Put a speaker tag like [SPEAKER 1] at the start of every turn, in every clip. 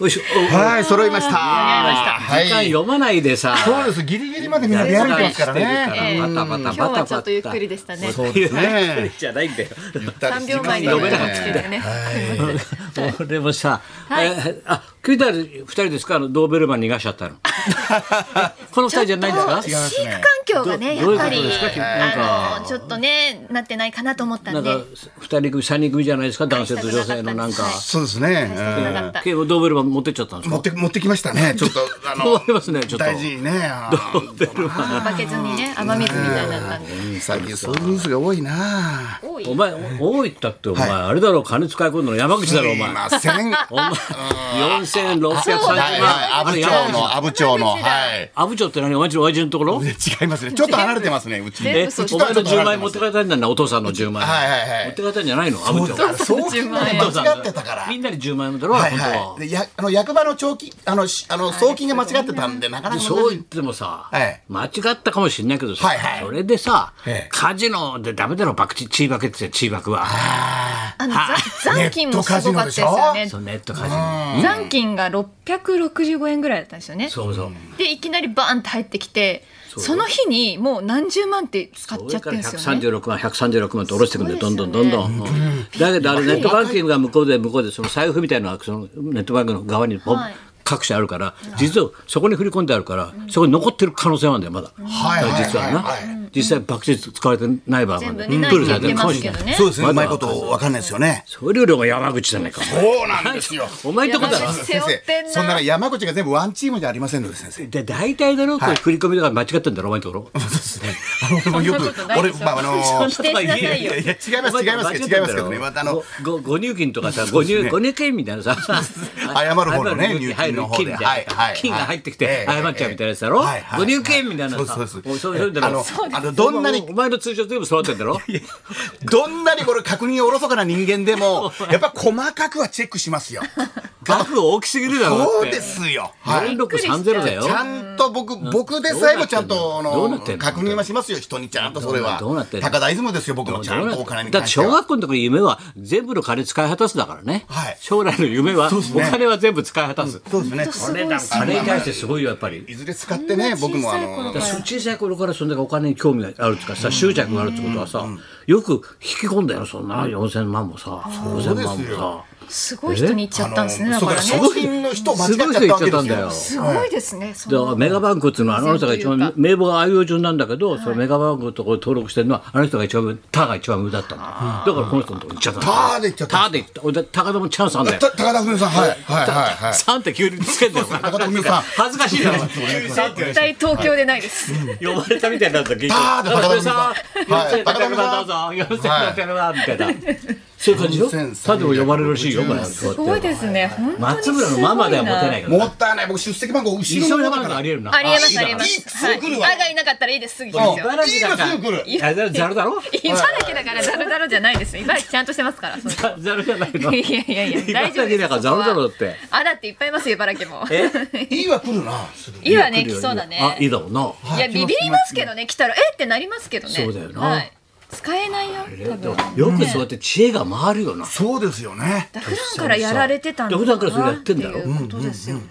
[SPEAKER 1] よいしょ。
[SPEAKER 2] はい、揃いました。
[SPEAKER 1] はい。時間
[SPEAKER 2] はい。
[SPEAKER 1] 読まないでさ。
[SPEAKER 2] そうです。ギリギリまでみんな出歩いてますからね。
[SPEAKER 1] ええ
[SPEAKER 3] うん
[SPEAKER 1] バタバタバタバタ
[SPEAKER 3] 今日はちょっとゆっくりでしたね
[SPEAKER 2] そうですね。
[SPEAKER 1] じゃないんだよ。
[SPEAKER 3] 三秒前に
[SPEAKER 1] 読めなかった
[SPEAKER 3] 来てるね。
[SPEAKER 1] 俺もさ、えーあ、クイタル二人ですかあのドーベルマン逃がしちゃ ったの。この二人じゃないんですか
[SPEAKER 2] 違います
[SPEAKER 3] 飼
[SPEAKER 2] ね
[SPEAKER 3] 育環。境がね、
[SPEAKER 1] どどういうこ
[SPEAKER 3] やっ
[SPEAKER 1] と
[SPEAKER 3] ぱり
[SPEAKER 1] ですかなんか
[SPEAKER 3] あのちょっとね、なってないかなと思った
[SPEAKER 1] なんん
[SPEAKER 3] で
[SPEAKER 1] か、二人組三人組じゃないですか男性と女性のなんか。
[SPEAKER 3] はい
[SPEAKER 2] そうですね。
[SPEAKER 3] したくなかった。
[SPEAKER 1] 結構ドーベルマン持ってっちゃったんです
[SPEAKER 2] 持
[SPEAKER 1] か
[SPEAKER 2] って持ってきましたね。ちょっとあ
[SPEAKER 1] そう思いますねちょっと
[SPEAKER 2] 大事にね。あー
[SPEAKER 3] バケツにね、雨水みたいになったんで。
[SPEAKER 2] 最近そういうニュースが多いな。
[SPEAKER 3] 多い
[SPEAKER 1] お前、多いったってお前、あれだろ、金使い込んだの山口だろ、お前
[SPEAKER 2] すい。ません。
[SPEAKER 1] お前、4630
[SPEAKER 2] はい
[SPEAKER 1] 万。
[SPEAKER 2] はい。阿武町の阿武町のはい。
[SPEAKER 1] 阿武町って何お前んちの親父のところ
[SPEAKER 2] 違いますね。ちょっと離れてますね。うちに。
[SPEAKER 1] え、
[SPEAKER 3] 嘘
[SPEAKER 1] お前の10万円持って帰ったんだな、お父さんの10万円。
[SPEAKER 2] はいはいはい
[SPEAKER 1] 持って帰ったんじゃないの阿武町。
[SPEAKER 2] そう聞くの
[SPEAKER 1] お父さん
[SPEAKER 2] 間違ってたから。
[SPEAKER 1] みんなで10万円だろ、
[SPEAKER 2] はい
[SPEAKER 1] 本当
[SPEAKER 2] は。
[SPEAKER 1] はい
[SPEAKER 2] でやあの役場の長期あのしあの送金が間違ってたんでなかな
[SPEAKER 1] で
[SPEAKER 2] か
[SPEAKER 1] そう
[SPEAKER 2] 難し
[SPEAKER 1] 言っ
[SPEAKER 2] い。
[SPEAKER 1] てもさ、
[SPEAKER 2] はい
[SPEAKER 1] 間違ったかもしれないけどさ、
[SPEAKER 2] はいはい
[SPEAKER 1] それでさ、
[SPEAKER 2] ええ
[SPEAKER 1] カジノでダメだろ、バクチ、チーバケって言ってたよチーバクは。
[SPEAKER 3] あの、ざ残金もすごかったですよね。
[SPEAKER 1] そう、ネットカジノ。
[SPEAKER 3] 残金が665円ぐらいだったんですよね。
[SPEAKER 1] そうそう。
[SPEAKER 3] で、いきなりバーンって入ってきて、その日にもう何十万って使っ
[SPEAKER 1] そ
[SPEAKER 3] ちゃ
[SPEAKER 1] れ
[SPEAKER 3] って
[SPEAKER 1] か
[SPEAKER 3] るん
[SPEAKER 1] ら
[SPEAKER 3] ですよね。
[SPEAKER 1] 136万、136万と下ろしてくんだよ、
[SPEAKER 3] そ
[SPEAKER 1] ど
[SPEAKER 3] うんです
[SPEAKER 1] ど
[SPEAKER 3] よ
[SPEAKER 1] ん
[SPEAKER 3] ね
[SPEAKER 1] どんどん。うんだけど、あれネットバンキングが向こうで向こうで、その財布みたいなのがそのネットバンキングの側にポン
[SPEAKER 3] はい
[SPEAKER 1] 各社あるから、実はそこに振り込んであるから、そこに残ってる可能性もあるんだよ、まだ。
[SPEAKER 2] はいはいはい
[SPEAKER 1] 実はな
[SPEAKER 2] はい。
[SPEAKER 1] 実際、爆発使われてない場合ま
[SPEAKER 3] 全部
[SPEAKER 1] で、
[SPEAKER 3] ね、ない
[SPEAKER 1] プー
[SPEAKER 3] っ
[SPEAKER 1] ル
[SPEAKER 3] て
[SPEAKER 1] さ
[SPEAKER 3] 言
[SPEAKER 1] れ
[SPEAKER 3] って
[SPEAKER 1] るか
[SPEAKER 3] てま
[SPEAKER 1] も
[SPEAKER 3] す
[SPEAKER 1] し
[SPEAKER 3] け
[SPEAKER 1] れ
[SPEAKER 3] ど
[SPEAKER 1] ない。
[SPEAKER 3] ね。
[SPEAKER 2] そうですね。うまいことわかんないですよね。
[SPEAKER 1] それよりも山口じゃないか、お前
[SPEAKER 2] そうなんですよ。
[SPEAKER 1] お前んとこだろ
[SPEAKER 3] 山口
[SPEAKER 2] 先
[SPEAKER 3] 背負って
[SPEAKER 2] 生、
[SPEAKER 3] んな
[SPEAKER 2] そんなの山口が全部ワンチームじゃありませんので 先生。
[SPEAKER 1] で、大体だろ、これ振り込みだから間違ってんだろ、お前んところ。
[SPEAKER 2] 俺もよく
[SPEAKER 3] そんなことない
[SPEAKER 2] 俺
[SPEAKER 3] でしょ
[SPEAKER 2] まああの
[SPEAKER 3] 否定しなさいよ
[SPEAKER 2] いやいや違います違いますけど違いますけどね。またあの
[SPEAKER 1] ごご入金とかさ、ご入ご入金みたいな さ、
[SPEAKER 2] 謝る方のね
[SPEAKER 1] 謝る
[SPEAKER 2] 入金の方
[SPEAKER 1] 入金
[SPEAKER 2] で
[SPEAKER 1] みたいな
[SPEAKER 2] はいはい
[SPEAKER 1] 金が入ってき
[SPEAKER 2] え
[SPEAKER 1] て
[SPEAKER 2] え
[SPEAKER 1] 謝っちゃうみたいなやつだろ
[SPEAKER 2] はい。はい
[SPEAKER 1] ご入金みたいなさ、
[SPEAKER 2] そうそうそう
[SPEAKER 1] もそういうのだ
[SPEAKER 2] あ
[SPEAKER 1] ろ
[SPEAKER 2] のあのどんなに
[SPEAKER 1] お前の通帳全部揃ってんだろ。
[SPEAKER 2] どんなにこれ確認おろそかな人間でもやっぱ細かくはチェックしま すよ。
[SPEAKER 1] 額大きすぎるだろ。
[SPEAKER 2] そう
[SPEAKER 1] だって
[SPEAKER 2] ですよ。は
[SPEAKER 1] 四
[SPEAKER 2] い。
[SPEAKER 1] 六三ゼロだよ
[SPEAKER 2] ち。ゃんと僕、僕でさえもちゃんと、あ
[SPEAKER 1] どうな
[SPEAKER 2] の
[SPEAKER 1] ってん、の
[SPEAKER 2] 確認はしますよ、人にちゃんとそれは。
[SPEAKER 1] どうなってんの
[SPEAKER 2] 高田出雲ですよ、僕もちゃんとお金に
[SPEAKER 1] だっ
[SPEAKER 2] 関
[SPEAKER 1] て
[SPEAKER 2] して
[SPEAKER 1] 小
[SPEAKER 2] は。
[SPEAKER 1] 学校の時の夢は全部の金使い果たすだからね
[SPEAKER 2] はい。
[SPEAKER 1] 将来の夢は
[SPEAKER 2] す
[SPEAKER 1] お
[SPEAKER 2] ね
[SPEAKER 1] 金は全部使い果たす。
[SPEAKER 2] そうですね。
[SPEAKER 3] すごいですね
[SPEAKER 1] 金に対してすごいよやっぱり。
[SPEAKER 2] いずれ使ってね、僕もあ
[SPEAKER 3] 小さい
[SPEAKER 2] の
[SPEAKER 3] 頃か、ら
[SPEAKER 1] 小さい頃からそんだけお金に興味があるっていうかさ執着があるってことはさよく引き込んだよそんな4,000万もさ
[SPEAKER 2] そう
[SPEAKER 1] 5,000
[SPEAKER 2] ですよ
[SPEAKER 1] 万もさ
[SPEAKER 3] すごい人に行っちゃったんですね、
[SPEAKER 2] あの
[SPEAKER 3] だ
[SPEAKER 2] そう
[SPEAKER 3] か
[SPEAKER 2] からら、
[SPEAKER 3] ね。
[SPEAKER 2] 送信の人間違っ
[SPEAKER 1] す
[SPEAKER 2] ちゃ
[SPEAKER 1] ごい人言っちゃっ
[SPEAKER 2] った
[SPEAKER 1] た
[SPEAKER 2] わ
[SPEAKER 1] ん
[SPEAKER 2] けで
[SPEAKER 1] だ
[SPEAKER 2] す
[SPEAKER 1] よ
[SPEAKER 2] よ。。
[SPEAKER 3] すごいですね、そ
[SPEAKER 1] だから
[SPEAKER 3] の。
[SPEAKER 1] メガバンクっていうのはあの人が一番
[SPEAKER 3] 偶然と
[SPEAKER 1] 名簿があいう順なんだけど、そのメガバンクのところに登録してるのはあの人が一番他が一番上だったのだからこの人のとこ行っちゃったの
[SPEAKER 2] 他で行っちゃった
[SPEAKER 1] 他で行った俺高田もチャンスあんだよ
[SPEAKER 2] た高田文夫さん、はい。はい、はい、はい。
[SPEAKER 1] 3って急につけんだよ
[SPEAKER 2] 高田文夫さん。
[SPEAKER 1] 恥ずかしいだろ
[SPEAKER 3] 絶対東京でないです。
[SPEAKER 1] 呼ばれたみたいになった銀
[SPEAKER 2] パーで高田さん
[SPEAKER 1] 4700
[SPEAKER 2] はい
[SPEAKER 1] 万どうぞ4700万みたいなそういう感じよ
[SPEAKER 2] 4300
[SPEAKER 1] 他でも呼ばれるらしいよこれ
[SPEAKER 3] すごいですね、本当に
[SPEAKER 1] 松
[SPEAKER 3] すごいな。
[SPEAKER 1] 村のママでは持てないけど
[SPEAKER 2] もったいない、僕出席番号
[SPEAKER 1] 一
[SPEAKER 2] 後
[SPEAKER 1] 緒
[SPEAKER 2] ろ
[SPEAKER 1] に呼
[SPEAKER 2] の
[SPEAKER 1] ば
[SPEAKER 2] 方
[SPEAKER 1] れ
[SPEAKER 2] だ
[SPEAKER 1] るの
[SPEAKER 2] か
[SPEAKER 1] ありえるな
[SPEAKER 3] ありえますありえま
[SPEAKER 2] いい
[SPEAKER 3] す。
[SPEAKER 2] すぐ来るわ
[SPEAKER 3] あがいなかったらいいです。すぐ来
[SPEAKER 2] ら。
[SPEAKER 3] ま
[SPEAKER 2] うん
[SPEAKER 3] すよ。
[SPEAKER 1] 茨城だから
[SPEAKER 2] いいのすぐ来る。
[SPEAKER 1] いやだからざるだろ
[SPEAKER 3] 茨城だからザルザルじゃないですよ。茨城ちゃんとしてますから。それ
[SPEAKER 1] ざざるじゃないの
[SPEAKER 3] いやいやいや大丈
[SPEAKER 1] 茨
[SPEAKER 3] 夫で
[SPEAKER 1] 城
[SPEAKER 3] す
[SPEAKER 1] だからざるだろうって
[SPEAKER 3] あだっていっぱいいますよ茨城も。
[SPEAKER 2] いいは来るな、すぐ。
[SPEAKER 3] いいわね来そうだね。
[SPEAKER 1] あいいだろうない
[SPEAKER 3] やビビりますけどね来たらえってなりますけどね。
[SPEAKER 1] そうだよな
[SPEAKER 3] はい使えないよ多
[SPEAKER 1] でも
[SPEAKER 3] 分。
[SPEAKER 1] よくそうやって知恵が回るよな
[SPEAKER 2] そうですよね。
[SPEAKER 3] 普段からやられてたんだ
[SPEAKER 1] 普段からそれやってんだろ
[SPEAKER 3] なっていうことですよね。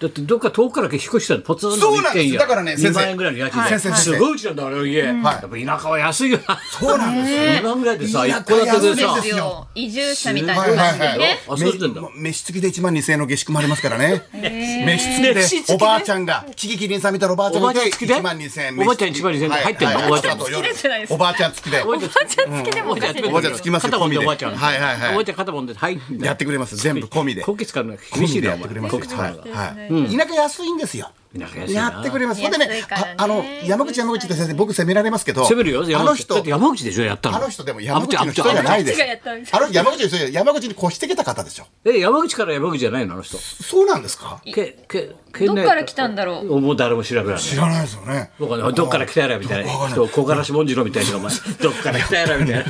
[SPEAKER 1] だってどっか遠くから引っ越したらポツンと
[SPEAKER 2] そう
[SPEAKER 1] 一
[SPEAKER 2] なんです
[SPEAKER 1] 軒家
[SPEAKER 2] だからね先生
[SPEAKER 1] 2万円ぐらいの家賃
[SPEAKER 2] はい
[SPEAKER 1] で
[SPEAKER 2] 先生
[SPEAKER 1] すごいうちなんだあれ家やっぱ田舎は安いよな
[SPEAKER 2] そうなんですよ。
[SPEAKER 1] 2万ぐらいでさ
[SPEAKER 2] 田
[SPEAKER 1] 一
[SPEAKER 2] 舎
[SPEAKER 1] 戸建て
[SPEAKER 3] そ
[SPEAKER 1] で
[SPEAKER 3] う
[SPEAKER 1] さ
[SPEAKER 3] ですよ移住者みたいな感じでね。
[SPEAKER 1] あそうしてんだ
[SPEAKER 2] め飯付きで1万2000円の下宿もありますからね。飯
[SPEAKER 1] 飯
[SPEAKER 2] 付
[SPEAKER 1] 付
[SPEAKER 2] き
[SPEAKER 1] き
[SPEAKER 2] で
[SPEAKER 1] で
[SPEAKER 2] おばあちゃんが、キキキリンさんみたいなおばあちゃん
[SPEAKER 1] おば
[SPEAKER 2] が
[SPEAKER 1] あちゃん付きで
[SPEAKER 2] 1万2000円。
[SPEAKER 1] おばあちゃん1万2000で入ってんのおばあちゃん
[SPEAKER 2] と
[SPEAKER 3] 付きでじゃないです
[SPEAKER 2] おばあちゃん付きで。
[SPEAKER 1] おばあちゃん
[SPEAKER 3] おばあちゃんつけてもおかしいですよ
[SPEAKER 2] おばあちゃん付きますよ。
[SPEAKER 1] 肩もんで
[SPEAKER 2] 込み
[SPEAKER 1] おばあちゃん
[SPEAKER 2] はいはい
[SPEAKER 1] おば
[SPEAKER 2] は
[SPEAKER 1] あちゃん肩もんで入ん
[SPEAKER 2] い。
[SPEAKER 1] だ
[SPEAKER 2] や
[SPEAKER 1] よ
[SPEAKER 2] ってくれます。全部込みで。
[SPEAKER 1] こき使うのが厳しいだよ
[SPEAKER 2] や
[SPEAKER 1] お
[SPEAKER 2] ってくれ
[SPEAKER 1] 前
[SPEAKER 2] ます
[SPEAKER 1] こき使う
[SPEAKER 2] は
[SPEAKER 1] の
[SPEAKER 2] い
[SPEAKER 1] が
[SPEAKER 2] はい。田舎安いんですよ。
[SPEAKER 1] 田舎安いな
[SPEAKER 2] やってくれます。ほんで
[SPEAKER 3] 安
[SPEAKER 2] ね
[SPEAKER 3] いからね、
[SPEAKER 2] ああの山口山口って先生僕責められますけど、
[SPEAKER 1] 攻めるよ
[SPEAKER 2] あ
[SPEAKER 1] 山
[SPEAKER 2] の
[SPEAKER 1] 口だっ
[SPEAKER 2] 人
[SPEAKER 1] て、山口でしょやったの
[SPEAKER 2] あの人でも山口の人
[SPEAKER 1] あ
[SPEAKER 2] じゃ
[SPEAKER 1] の人
[SPEAKER 2] ないです
[SPEAKER 3] あの人がやったみ。た
[SPEAKER 2] あの山口の人じゃ山口に越してきた方でしょ。
[SPEAKER 1] え山口から山口じゃないのあの人
[SPEAKER 2] そうなんですか。
[SPEAKER 1] けけけ
[SPEAKER 3] どっから来たんだろう。
[SPEAKER 1] もう誰も調べられない
[SPEAKER 2] 知らないですよね。
[SPEAKER 1] どっかねどっから来たやらみたい
[SPEAKER 2] わかん
[SPEAKER 1] な
[SPEAKER 2] ない
[SPEAKER 1] 人小柄し文次郎みたいなお前どっから来たやらみたい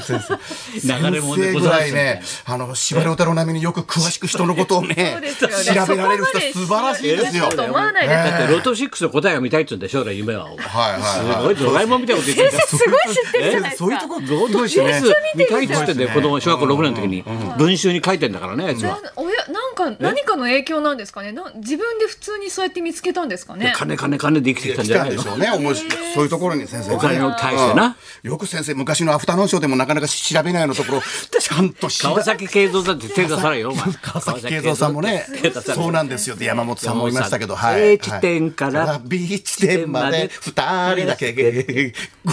[SPEAKER 1] な流れもんでご
[SPEAKER 2] ぐ
[SPEAKER 1] ざ
[SPEAKER 2] ら
[SPEAKER 1] い
[SPEAKER 2] い
[SPEAKER 1] ます
[SPEAKER 2] ね、あの、司馬遼太郎並みによく詳しく人のことをね、 調べられる人素晴らしいですよ。
[SPEAKER 3] と思わないです
[SPEAKER 1] だってロト6の答えが見たいっつうんで将来夢はお前す
[SPEAKER 2] はいはい
[SPEAKER 1] ご
[SPEAKER 2] はい
[SPEAKER 1] ドラえもんみたいなこと言ってんだ
[SPEAKER 3] すごい知ってるじゃない
[SPEAKER 2] い。
[SPEAKER 3] で
[SPEAKER 2] そう
[SPEAKER 3] す
[SPEAKER 2] いう
[SPEAKER 3] か
[SPEAKER 2] と。こ
[SPEAKER 1] ロト
[SPEAKER 2] すごいですね。
[SPEAKER 1] 6見たいっつってんだよ子供小学校6年の時に文集に書いてんだからねあいつは
[SPEAKER 3] なんおやなんなんか何かの影響なんですかねな自分で普通にそうやって見つけたんですかね
[SPEAKER 1] 金金金で生きてきたん
[SPEAKER 2] 来
[SPEAKER 1] じゃ
[SPEAKER 2] た
[SPEAKER 1] なんい
[SPEAKER 2] で
[SPEAKER 1] の
[SPEAKER 2] しょうね、おもしそういうところに先生ね
[SPEAKER 1] お金を返してな
[SPEAKER 2] うんよく先生昔のアフタヌーンショーでもなかなか調べないのところちゃんと調べ
[SPEAKER 1] 川崎慶三だって手出さないよお前
[SPEAKER 2] 川崎慶三さんもね
[SPEAKER 1] 手出さない
[SPEAKER 2] そうなんですよって山本さんもいましたけど、
[SPEAKER 1] 山本
[SPEAKER 2] は
[SPEAKER 1] さん
[SPEAKER 2] い、
[SPEAKER 1] A 地点から
[SPEAKER 2] はい B 地点まで2人だけ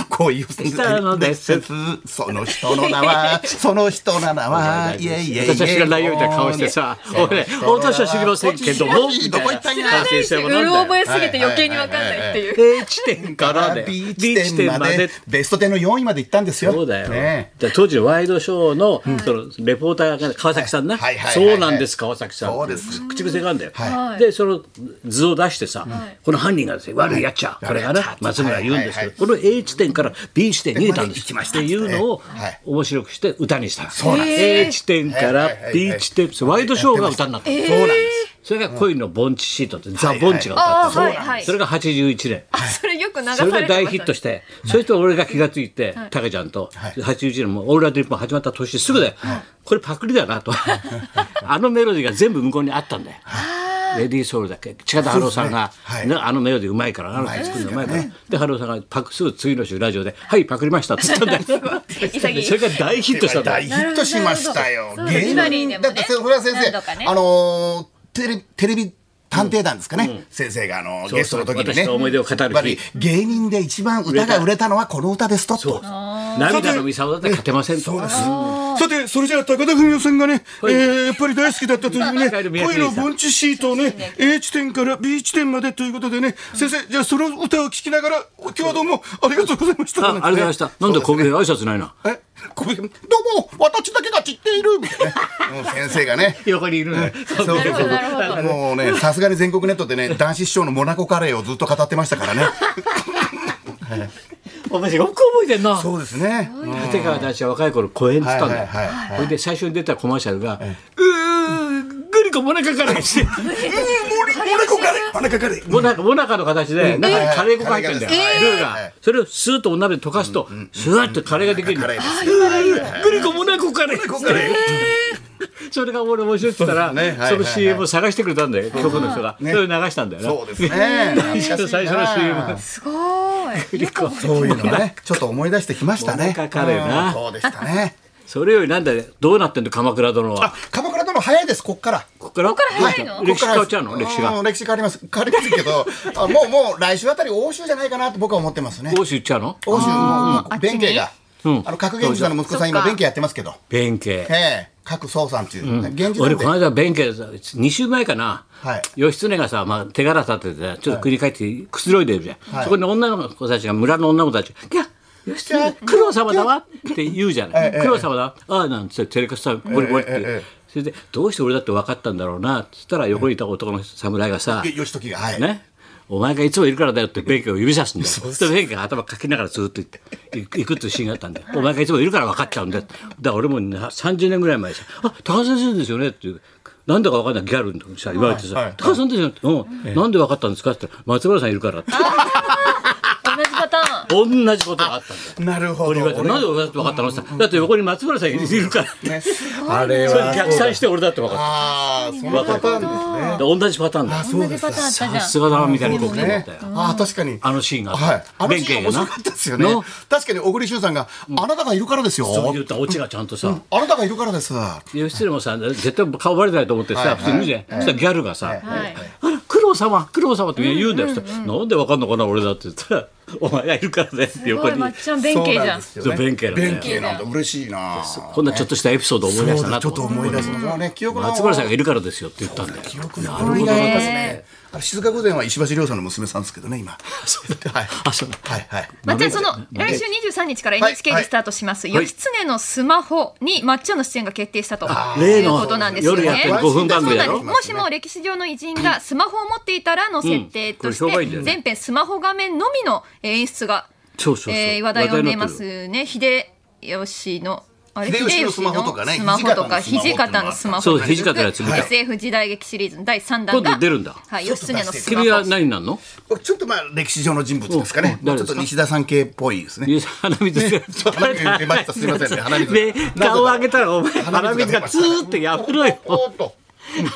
[SPEAKER 2] 恋を
[SPEAKER 1] したのです
[SPEAKER 2] その人の 名はその人の名はいえいえいえ
[SPEAKER 1] 私が知らないよみたいな顔してさ「俺私は知りませんけども」みた
[SPEAKER 2] ど
[SPEAKER 1] い
[SPEAKER 2] こ
[SPEAKER 1] な
[SPEAKER 2] 行ったん
[SPEAKER 3] 知
[SPEAKER 2] や
[SPEAKER 3] らないしう
[SPEAKER 1] 先生も
[SPEAKER 3] る
[SPEAKER 1] なん
[SPEAKER 3] 覚
[SPEAKER 1] だよ
[SPEAKER 3] えすぎて余計にわかんないっていう
[SPEAKER 1] A 地点か
[SPEAKER 2] からら
[SPEAKER 1] で
[SPEAKER 2] B 地点までベスト10の4位まで行ったんですよ。
[SPEAKER 1] そうだよ、
[SPEAKER 2] ね
[SPEAKER 1] だから当時のワイドショーの,、そのレポーターが川崎さんな、
[SPEAKER 2] はいはいはいはい
[SPEAKER 1] そ
[SPEAKER 2] は
[SPEAKER 1] う
[SPEAKER 2] い
[SPEAKER 1] なんです川崎さん
[SPEAKER 2] そうです
[SPEAKER 1] 口癖があるんだよ、
[SPEAKER 3] はい
[SPEAKER 1] でその図を出してさ、
[SPEAKER 3] はい
[SPEAKER 1] この犯人がですね悪いやっちゃ、これが
[SPEAKER 2] 悪いや
[SPEAKER 1] な
[SPEAKER 2] っちゃ
[SPEAKER 1] 松村が言うんですけど、
[SPEAKER 2] はい
[SPEAKER 1] この A 地点から B 地点に逃げたんです
[SPEAKER 2] 行きました
[SPEAKER 1] っていうのを、
[SPEAKER 2] はい
[SPEAKER 1] 面白くして歌にした
[SPEAKER 2] そうなんです
[SPEAKER 1] A 地点か
[SPEAKER 2] は
[SPEAKER 1] ら
[SPEAKER 2] いはいはい
[SPEAKER 1] B 地点ワイドショーが歌になった、
[SPEAKER 2] そうなんです。
[SPEAKER 1] それが恋の盆地シートって、ザ・ボンチが歌った、
[SPEAKER 3] あーはいはい
[SPEAKER 1] それが81年。
[SPEAKER 3] あそれよく流さ
[SPEAKER 1] そ
[SPEAKER 3] れ
[SPEAKER 1] れが
[SPEAKER 3] てます
[SPEAKER 1] 大ヒットして、それと俺が気がついて、タケちゃんと、
[SPEAKER 2] はい
[SPEAKER 1] 81年もオールライト日本始まった年すぐだよ、これパクリだなと。あのメロディーが全部向こうにあったんだよ。レディーソウルだっけ近田春夫さんが、
[SPEAKER 2] そうです
[SPEAKER 1] ね
[SPEAKER 2] ね
[SPEAKER 1] あのメロディーうまいから、あの作るのうまいから。
[SPEAKER 2] うまいです
[SPEAKER 1] で、春夫さんがパクすぐ次の週ラジオで、はい、パクりましたって言ったんだよ。
[SPEAKER 3] 潔 い
[SPEAKER 1] それが大ヒットしたんだ
[SPEAKER 2] 大
[SPEAKER 1] よ。
[SPEAKER 2] ヒットしましたよ。
[SPEAKER 3] なるほどそうですね
[SPEAKER 2] だってそれは先
[SPEAKER 3] 何度か
[SPEAKER 2] 生、
[SPEAKER 3] ね
[SPEAKER 2] あのーテレテレビ探偵団ですかね、先生があのー
[SPEAKER 1] そう
[SPEAKER 2] ゲストの時にね、
[SPEAKER 1] 私の思い出を語る日
[SPEAKER 2] やっぱり芸人で一番歌が売れたのはこの歌ですと。
[SPEAKER 1] そう涙のミサオだって勝てませんと。
[SPEAKER 2] さて、それじゃあ高田文夫さんがね、えーやっぱり大好きだったと いうね、
[SPEAKER 1] 帰る宮治
[SPEAKER 2] 恋
[SPEAKER 1] さん
[SPEAKER 2] の盆地シートをね、A 地点から B 地点までということでね、先生、じゃあその歌を聴きながら、今日はどうもありがとうございました。
[SPEAKER 1] あありがとうございました。なんでこういう挨拶ないな。
[SPEAKER 2] えごめんどうも私だけが散っているみたいなねもう先生がね
[SPEAKER 1] 横にいるのよ。
[SPEAKER 2] そうそうそう
[SPEAKER 3] なるほどなるほ
[SPEAKER 2] もうねさすがに全国ネットでね男子師匠のモナコカレーをずっと語ってましたからね
[SPEAKER 1] お前よく覚えてんな。
[SPEAKER 2] そうですねうん
[SPEAKER 1] 立川談志は若い頃公演っつったんだよ、
[SPEAKER 2] はいはいはいはい
[SPEAKER 1] それで最初に出たコマーシャルが「うーグリコモナカカレー」 して
[SPEAKER 2] モナコカレーモナコカレー
[SPEAKER 1] モナカモナカの形で中にカレー粉が入ってんだよ、
[SPEAKER 2] えー
[SPEAKER 1] ルーが、
[SPEAKER 2] はいはい
[SPEAKER 1] それをスーッとお鍋で溶かすと、スワッとカレーができるんだよ、うんグリコモナカカレーってそれが俺面白いって言ったらそ,、
[SPEAKER 2] そうですねはい
[SPEAKER 1] の CM を探してくれたんだよ、局の人が、それを流したんだよな
[SPEAKER 2] そうですね懐かし
[SPEAKER 1] 最
[SPEAKER 2] い
[SPEAKER 1] 初の
[SPEAKER 2] な
[SPEAKER 1] CM
[SPEAKER 3] すごいよく覚えて
[SPEAKER 2] そういうのねちょっと思い出してきましたね
[SPEAKER 1] モナコカレーな
[SPEAKER 2] うんそうでしたね
[SPEAKER 1] それよりなんだよどうなってんの鎌倉殿は
[SPEAKER 2] あ鎌倉殿早いですこっから
[SPEAKER 1] こっから
[SPEAKER 3] こっから早いの
[SPEAKER 1] はい歴史変わっちゃうの
[SPEAKER 2] こっ
[SPEAKER 1] 歴史
[SPEAKER 2] から
[SPEAKER 1] が
[SPEAKER 2] うん歴史変わります変わりますけどあもうもう来週あたり欧州じゃないかなと僕は思ってますね
[SPEAKER 1] 欧州行っちゃうの
[SPEAKER 2] 欧州の弁慶が、
[SPEAKER 1] うん
[SPEAKER 2] あの核源氏さんの息子さん
[SPEAKER 3] そっか
[SPEAKER 2] 今弁慶やってますけど、
[SPEAKER 1] 弁慶
[SPEAKER 2] ええ、核総さんっていう、現実
[SPEAKER 1] 俺
[SPEAKER 2] なん
[SPEAKER 1] こ
[SPEAKER 2] で
[SPEAKER 1] の間弁慶さ2週前かな、
[SPEAKER 2] はい
[SPEAKER 1] 義経がさ、まあ、手柄立ててさちょっと国に帰ってくつろいでるじゃん、
[SPEAKER 2] い
[SPEAKER 1] そこに女の子たちが村の女の子たちが「いや義経九郎様だわ」って言うじゃない「
[SPEAKER 2] ええ
[SPEAKER 1] 九郎様だわ」ああなんつって照れくさゴリゴリって、
[SPEAKER 2] ええええ
[SPEAKER 1] それで「どうして俺だって分かったんだろうな」っつったら横にいた男の侍がさ、
[SPEAKER 2] 義時が、はい
[SPEAKER 1] ね、お前がいつもいるからだよって弁慶を指さすんだよ。そして弁慶が頭かきながらずっと行って行くっていうシーンがあったんだよ。お前がいつもいるから分かっちゃうんだよ。だから俺もな30年ぐらい前にさ、あ、高田先生ですよねっていう。なんだか分かんないギャルにさ言われてさ、
[SPEAKER 2] はいはい
[SPEAKER 1] 高田さんですよねって、うん、なんで分かったんですかって言ったら松村さんいるからって
[SPEAKER 3] 同じパターン
[SPEAKER 1] 同じことがあったんだよ。
[SPEAKER 2] なるほ
[SPEAKER 1] 俺
[SPEAKER 2] ど
[SPEAKER 1] がなんで俺だって分かったのって言ったらだって横に松村さんいるからって。
[SPEAKER 2] ねあれ
[SPEAKER 1] それ
[SPEAKER 2] は
[SPEAKER 1] 逆算して俺だって分かっ
[SPEAKER 2] ああそのパターンです
[SPEAKER 1] た。
[SPEAKER 2] ね
[SPEAKER 1] 同じパターンだ。
[SPEAKER 2] そう
[SPEAKER 3] 同
[SPEAKER 2] で
[SPEAKER 3] じ
[SPEAKER 2] す
[SPEAKER 3] パターンあったじゃ
[SPEAKER 1] さ
[SPEAKER 3] ん
[SPEAKER 1] すがだなみたいなことになっ
[SPEAKER 2] ね
[SPEAKER 1] たよ。
[SPEAKER 2] ああ確かに
[SPEAKER 1] あのシーンがあった。
[SPEAKER 2] はいあのシー
[SPEAKER 1] 弁慶
[SPEAKER 2] ン面
[SPEAKER 1] が
[SPEAKER 2] 白
[SPEAKER 1] な
[SPEAKER 2] かったですよね
[SPEAKER 1] の
[SPEAKER 2] 確かに小栗旬さんが、あなたがいるからですよ
[SPEAKER 1] そう言ったオチがちゃんとさ、
[SPEAKER 2] あなたがいるからです
[SPEAKER 1] 義経もさ絶対顔バレないと思って
[SPEAKER 2] はいは
[SPEAKER 1] さ普
[SPEAKER 2] い
[SPEAKER 1] 通に言うじゃんそしたらギャルがさ
[SPEAKER 3] はい
[SPEAKER 1] あら九郎様九郎様って言うんだよそしたらなんでわかんのかな俺だって言ったら お前がいるからねって
[SPEAKER 3] すご
[SPEAKER 1] 横
[SPEAKER 3] い
[SPEAKER 1] に
[SPEAKER 3] まっちゃん弁慶じゃん
[SPEAKER 2] そうなんですよね
[SPEAKER 1] 弁慶なんだよ
[SPEAKER 2] 弁慶なんだ嬉しいな
[SPEAKER 1] こんなちょっとしたエピソードを思い出したな
[SPEAKER 2] ち
[SPEAKER 1] と
[SPEAKER 2] ょっと
[SPEAKER 1] 思って
[SPEAKER 2] 思い出すのはね記憶の
[SPEAKER 1] 松原さんがいるからですよって言ったんだよ
[SPEAKER 2] 記憶の古いなですね。あれ静か御前は石橋亮さんの娘さんですけどね今。 はい。
[SPEAKER 1] あそう
[SPEAKER 2] はいはい。
[SPEAKER 3] まっちゃんその来週23日から NHK でスタートします
[SPEAKER 1] は
[SPEAKER 3] 「
[SPEAKER 1] い
[SPEAKER 3] 義経のスマホ」にまっちゃんの出演が決定したと
[SPEAKER 1] 例
[SPEAKER 3] いう
[SPEAKER 1] の
[SPEAKER 3] ことなんですよ
[SPEAKER 1] 夜やってる
[SPEAKER 3] ね。
[SPEAKER 1] 5分番
[SPEAKER 3] そう
[SPEAKER 1] 組
[SPEAKER 3] な
[SPEAKER 1] だろ
[SPEAKER 3] んですもしも歴史上の偉人がスマホを持っていたらの設定とし
[SPEAKER 1] うんこれ評判いいんだ
[SPEAKER 3] て
[SPEAKER 1] よね
[SPEAKER 3] 全編スマホ画面のみの演出が
[SPEAKER 1] そうそうそう
[SPEAKER 3] えー話題を呼んでいま
[SPEAKER 1] 話
[SPEAKER 3] すね秀吉のあれ
[SPEAKER 2] 秀吉のスマホとかね
[SPEAKER 3] 秀吉のスマホとか
[SPEAKER 2] 土
[SPEAKER 3] 土
[SPEAKER 2] 方
[SPEAKER 3] 方
[SPEAKER 2] の
[SPEAKER 3] の
[SPEAKER 2] ス
[SPEAKER 3] ス
[SPEAKER 2] マ
[SPEAKER 3] マ
[SPEAKER 1] ホ
[SPEAKER 3] ホ
[SPEAKER 1] とかねそう土方のやつ見た
[SPEAKER 3] SF 時代劇シリーズの第3弾が
[SPEAKER 1] 今度出るんだ
[SPEAKER 3] はい義経のスマ
[SPEAKER 1] 君
[SPEAKER 3] ホ
[SPEAKER 1] は何になんの
[SPEAKER 2] ちょっとまあ歴史上の人物ですかね。
[SPEAKER 1] うん
[SPEAKER 2] ち
[SPEAKER 1] 誰で
[SPEAKER 2] ょっ
[SPEAKER 1] すか
[SPEAKER 2] と西田さん系っぽいですね。
[SPEAKER 1] 鼻水が
[SPEAKER 2] そう 鼻水出ましたすいませんね鼻水
[SPEAKER 1] で顔を上げたらお前
[SPEAKER 2] 鼻
[SPEAKER 1] 鼻
[SPEAKER 2] 水
[SPEAKER 1] 水
[SPEAKER 2] が出
[SPEAKER 1] が
[SPEAKER 2] ました
[SPEAKER 1] ツーってやめろよ
[SPEAKER 2] おっと。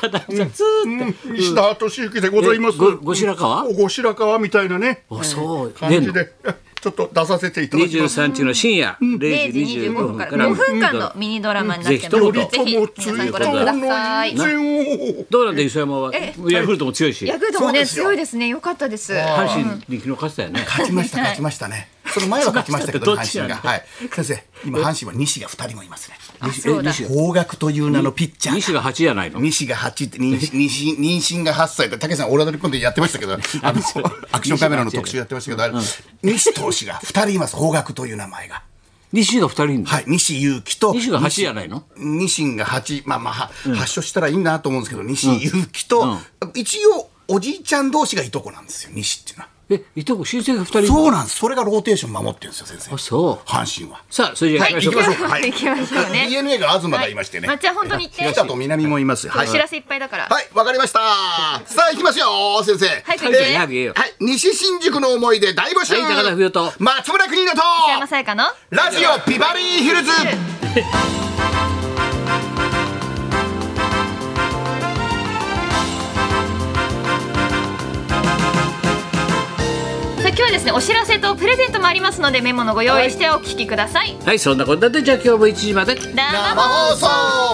[SPEAKER 1] 渡辺さんずーっと。
[SPEAKER 2] 西田敏行でございます。
[SPEAKER 1] えごご白川
[SPEAKER 2] おご白川みたいなね、
[SPEAKER 1] あそう、
[SPEAKER 2] 感
[SPEAKER 1] ね
[SPEAKER 2] じで、 ちょっと出させていただきます。
[SPEAKER 1] 23日の深夜0
[SPEAKER 3] 0時
[SPEAKER 1] 時
[SPEAKER 3] 25
[SPEAKER 1] 25
[SPEAKER 3] 分
[SPEAKER 1] 分
[SPEAKER 3] か
[SPEAKER 1] からら
[SPEAKER 3] 5分間のミニドラマになってます
[SPEAKER 1] う
[SPEAKER 3] の
[SPEAKER 1] ん
[SPEAKER 3] で、
[SPEAKER 1] ぜ
[SPEAKER 3] ぜひ
[SPEAKER 2] も
[SPEAKER 3] 皆
[SPEAKER 2] つ
[SPEAKER 3] さ
[SPEAKER 2] い
[SPEAKER 3] んご
[SPEAKER 2] と
[SPEAKER 3] 覧くだ
[SPEAKER 2] の
[SPEAKER 3] さい
[SPEAKER 2] 一。戦を。
[SPEAKER 1] どうなんだ磯山は
[SPEAKER 3] え
[SPEAKER 1] ヤクルトも強いし
[SPEAKER 3] ヤクルトも
[SPEAKER 2] そう
[SPEAKER 3] ね
[SPEAKER 2] ですよ
[SPEAKER 3] 強いですね。良かったです。
[SPEAKER 1] 阪神に昨日勝ってたよね
[SPEAKER 2] 勝ちました、勝ちましたね。その前は勝ちましたけど、
[SPEAKER 1] どっ
[SPEAKER 2] 阪
[SPEAKER 1] ち
[SPEAKER 2] 神
[SPEAKER 1] なん
[SPEAKER 2] が。
[SPEAKER 1] だ
[SPEAKER 2] はい。先生、今阪神は西が二人もいますね。
[SPEAKER 3] そうだ。
[SPEAKER 2] 方角という名のピッチャー。
[SPEAKER 1] 西が8じゃないの
[SPEAKER 2] 西が8って妊娠妊娠妊娠が8歳で武さんオラドリコンでやってまし たけどあのアクションカメラの特集やってましたけどあれ西投手が2人います方角という名前が。
[SPEAKER 1] 西が2人いるの
[SPEAKER 2] はい、西勇輝と
[SPEAKER 1] 西が8じゃないの
[SPEAKER 2] ニシンが8、まあまあ、は発症したらいいなと思うんですけど、西勇輝と、一応、おじいちゃん同士がいとこなんですよ、西っていうのは。
[SPEAKER 1] えいとこ親戚が2人いるの
[SPEAKER 2] そうなんです。それがローテーション守ってるんですよ、先生
[SPEAKER 1] あ。そう
[SPEAKER 2] 阪神は。
[SPEAKER 1] さあそれじゃあ行きましょうか、
[SPEAKER 2] はい行きましょう
[SPEAKER 3] 行きましょうね
[SPEAKER 2] DNA が東がいましてね。
[SPEAKER 3] はい松井は本当に行って
[SPEAKER 2] 北と南もいます。はい。
[SPEAKER 3] お知らせいっぱいだから。
[SPEAKER 2] はい、わかりました。さあ、行きますよ、先生。
[SPEAKER 3] 早く行
[SPEAKER 1] はいじ
[SPEAKER 3] っ
[SPEAKER 1] ゃ
[SPEAKER 3] て
[SPEAKER 1] あ早く言えよ
[SPEAKER 2] はい、西新宿の思い出大募集。
[SPEAKER 1] はい高田冬と
[SPEAKER 2] 松村邦乃と。
[SPEAKER 3] 北山さやかの。
[SPEAKER 2] ラジオビバリーヒルズ。
[SPEAKER 3] さあ今日はですねお知らせとプレゼントもありますのでメモのご用意してお聞きください。
[SPEAKER 1] はいそんなことでじゃあ今日も1時まで
[SPEAKER 3] 生
[SPEAKER 2] 生放送。